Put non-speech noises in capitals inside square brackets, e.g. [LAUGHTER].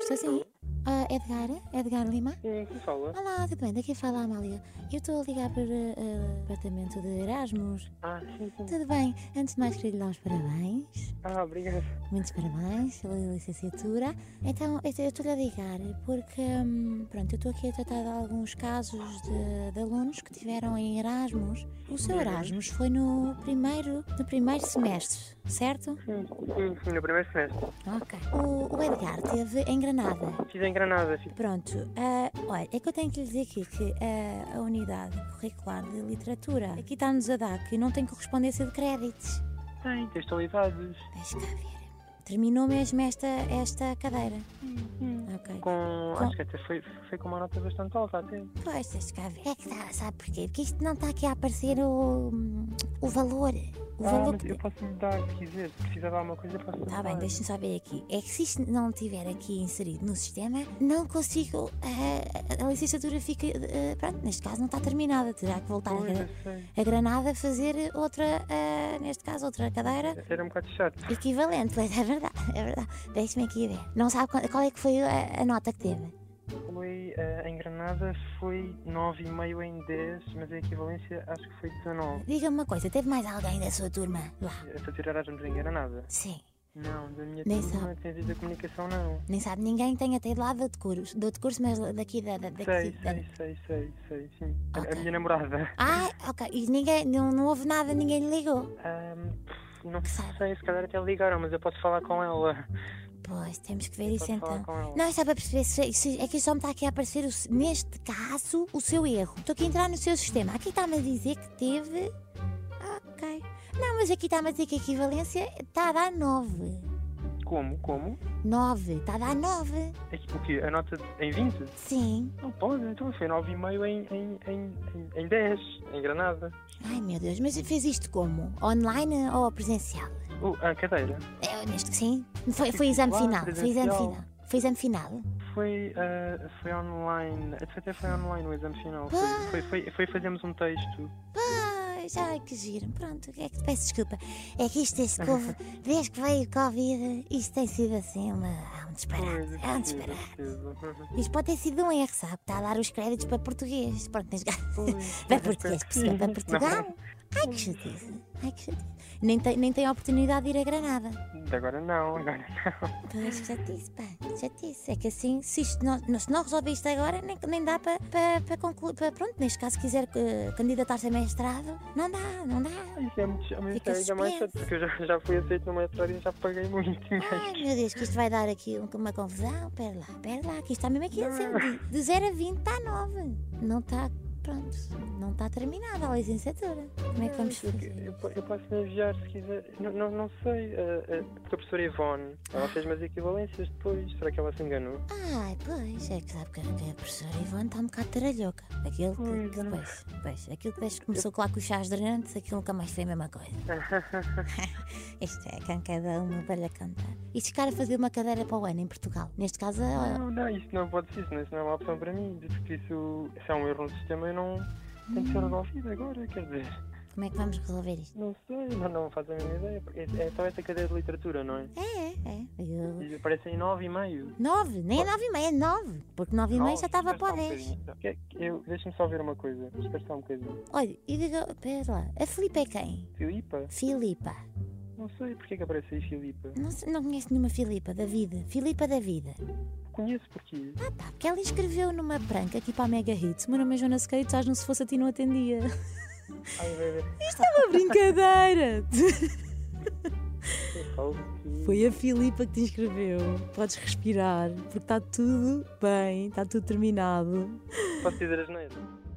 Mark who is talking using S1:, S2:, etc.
S1: Estou sim. Ah, Edgar? Edgar Lima?
S2: Sim, quem fala?
S1: Olá, tudo bem? Daqui fala a Amália. Eu estou a ligar para ah, o departamento de Erasmus.
S2: Ah, sim, sim.
S1: Tudo bem? Antes de mais, queria lhe dar os parabéns.
S2: Ah, obrigado.
S1: Muitos parabéns pela licenciatura. Então, eu estou a ligar porque, hum, pronto, eu estou aqui a tratar de alguns casos de, de alunos que tiveram em Erasmus. O seu Erasmus foi no primeiro, no primeiro semestre, certo?
S2: Sim, sim, sim, no primeiro semestre.
S1: Ok. O, o Edgar teve em Granada.
S2: Estive em Granada, sim.
S1: Pronto, ah, olha, é que eu tenho que lhe dizer aqui que ah, a unidade curricular de literatura aqui está-nos a dar que não tem correspondência de créditos.
S2: Tem textualidades.
S1: Deixa cá ver. Terminou mesmo esta, esta cadeira.
S2: Uhum.
S1: Ok.
S2: Com.
S1: Tá.
S2: Acho que até foi, foi com uma nota bastante alta, até.
S1: Pois, deixa cá ver. É que dá, sabe porquê? Porque isto não está aqui a aparecer o, o valor. O
S2: Ah,
S1: valor
S2: mas
S1: que-
S2: eu posso mudar se quiser. Se precisar de alguma coisa, posso mudar.
S1: Tá bem, deixa-me só ver aqui. É que se isto não estiver aqui inserido no sistema, não consigo. ah, a, a licenciatura fica. ah, pronto, neste caso não está terminada. Terá que voltar a,
S2: Pois,
S1: Gra-
S2: eu sei.
S1: a Granada a fazer outra, ah, neste caso, outra cadeira
S2: Era um bocado chato.
S1: equivalente. Pois é verdade, é verdade. Deixe-me aqui ver. Não sabe qual, qual é que foi a, a nota que teve?
S2: Foi eh, em Granada, foi 9,5 em 10, mas a equivalência acho que foi 19.
S1: Diga-me uma coisa, teve mais alguém da sua turma lá?
S2: É fazer Erasmus em Granada?
S1: Sim.
S2: Não, da minha
S1: Nem
S2: turma, de Ciências da comunicação, não.
S1: Nem sabe ninguém que tenha tido lá de outro curso, de outro curso mas daqui da. da
S2: Sei,
S1: daqui, da-
S2: sei, sei, sei, sei, sim. A- A,
S1: é. Ok.
S2: minha namorada.
S1: Ah, ok. E ninguém, não, não houve nada, ninguém lhe ligou.
S2: Ahm, pff, não
S1: Que sabe.
S2: sei, se calhar até ligaram, mas eu posso falar com ela.
S1: Pois, temos que ver isso
S2: Posso falar
S1: então.
S2: com ela.
S1: Não, é só para perceber se, se- é que só me está aqui a aparecer, o se- neste caso, o seu erro. Estou aqui a entrar no seu sistema. Aqui está-me a dizer que teve. Ah, ok. Não, mas aqui está-me a dizer que a equivalência está a dar 9.
S2: Como? Como?
S1: 9, está a dar 9.
S2: É que- O quê? A nota de- em 20?
S1: Sim.
S2: Não pode, então foi 9,5 em, em, em, em, em 10, em Granada.
S1: Ai meu Deus, mas fez isto como? Online ou presencial?
S2: Uh, a cadeira.
S1: É, neste sim. Foi, foi exame final. Foi exame
S2: Presencial.
S1: final. Foi exame final.
S2: Foi, ah, foi online, até foi online o exame final. Foi,
S1: Ah.
S2: foi, foi, foi fazermos um texto.
S1: Pois, ai que giro. Pronto, é que peço desculpa. É que isto, este Covid, desde que veio o Covid, isto tem sido assim uma, é um disparate.
S2: Pois,
S1: É um
S2: eu percebo,
S1: disparate.
S2: eu percebo.
S1: Isto pode ter sido um erro, sabe? Está a dar os créditos para português. Pronto, mas
S2: É Uhum.
S1: [LAUGHS]
S2: Pois,
S1: para
S2: eu
S1: português,
S2: espero que
S1: percebeu? Para
S2: sim.
S1: Portugal. Ai que chatice. Ai que chatice. Nem tem, nem tem a oportunidade de ir a Granada.
S2: Não, agora não, agora não.
S1: Pois, já te disse, pá, já te disse. É que assim, se, isto não, não- se não resolver isto agora, nem, nem dá para pa, pa concluir. pa- pronto, neste caso, se quiser eh, candidatar-se a mestrado, não dá, não dá.
S2: Isso é muito é muito-
S1: Fica
S2: é ainda mais chato,
S1: suspenso.
S2: porque eu já, já fui aceito numa história e já paguei muito
S1: Ai
S2: dinheiro.
S1: meu Deus, que isto vai dar aqui um- uma confusão. Pera lá, pera lá, que isto está mesmo aqui a dizer,
S2: é.
S1: de- De 0 a 20 está 9. Não está, pronto, não está terminada a licenciatura. Como é que vamos
S2: Eu,
S1: fazer?
S2: eu, eu posso lhe enviar se quiser. Não, não, não sei, ah, ah, porque a professora Ivone, ela fez umas equivalências depois. Será que ela se enganou?
S1: Ai, pois, é que sabe que, que a professora Ivone está um bocado taralhoca. Aquilo que,
S2: Pois, é.
S1: que
S2: eu não-
S1: depois, depois, aquilo que desde que começou lá com os chás drenantes, aquilo nunca mais foi a mesma
S2: [LAUGHS]
S1: coisa. [LAUGHS] Isto é, quem cada uma para cantar. E chegar a fazer uma cadeira para o ano em Portugal? Neste caso, a-
S2: Não, não, isso não pode ser, isso não, isso não é uma opção para mim, porque isso se é um erro no sistema eu não tem que ser resolvido agora, quer dizer,
S1: hum, como é que vamos resolver isto?
S2: não sei, não, não faço a mínima ideia, porque é, é só essa cadeia de literatura, não é?
S1: É, é, é. Eu...
S2: E aparecem nove e meio.
S1: 9, nem é 9 e meia, é 9. Porque 9 e meia já
S2: Nove,
S1: estava
S2: espera
S1: para
S2: só
S1: o
S2: um
S1: 10.
S2: bocadinho, que- que Eu, deixa-me só ver uma coisa, espera só um bocadinho.
S1: Olha, e diga, pera lá, a Filipa é quem?
S2: Filipa?
S1: Filipa.
S2: Não sei, porque é que aparece aí Filipa?
S1: Não, sei- não conheço nenhuma Filipa da vida. Filipa da vida.
S2: Conheço porquê.
S1: Ah pá, porque ela escreveu numa pranca aqui para a Mega Hits. Meu nome é Jonas Queiroz, não se fosse a ti não atendia. [LAUGHS] É
S2: Ai, bebê,
S1: Uma brincadeira! [LAUGHS]
S2: eu falo é que...
S1: Foi a Filipa que te inscreveu. Podes respirar, porque está tudo bem, está tudo terminado.
S2: Posso dizer as neiras?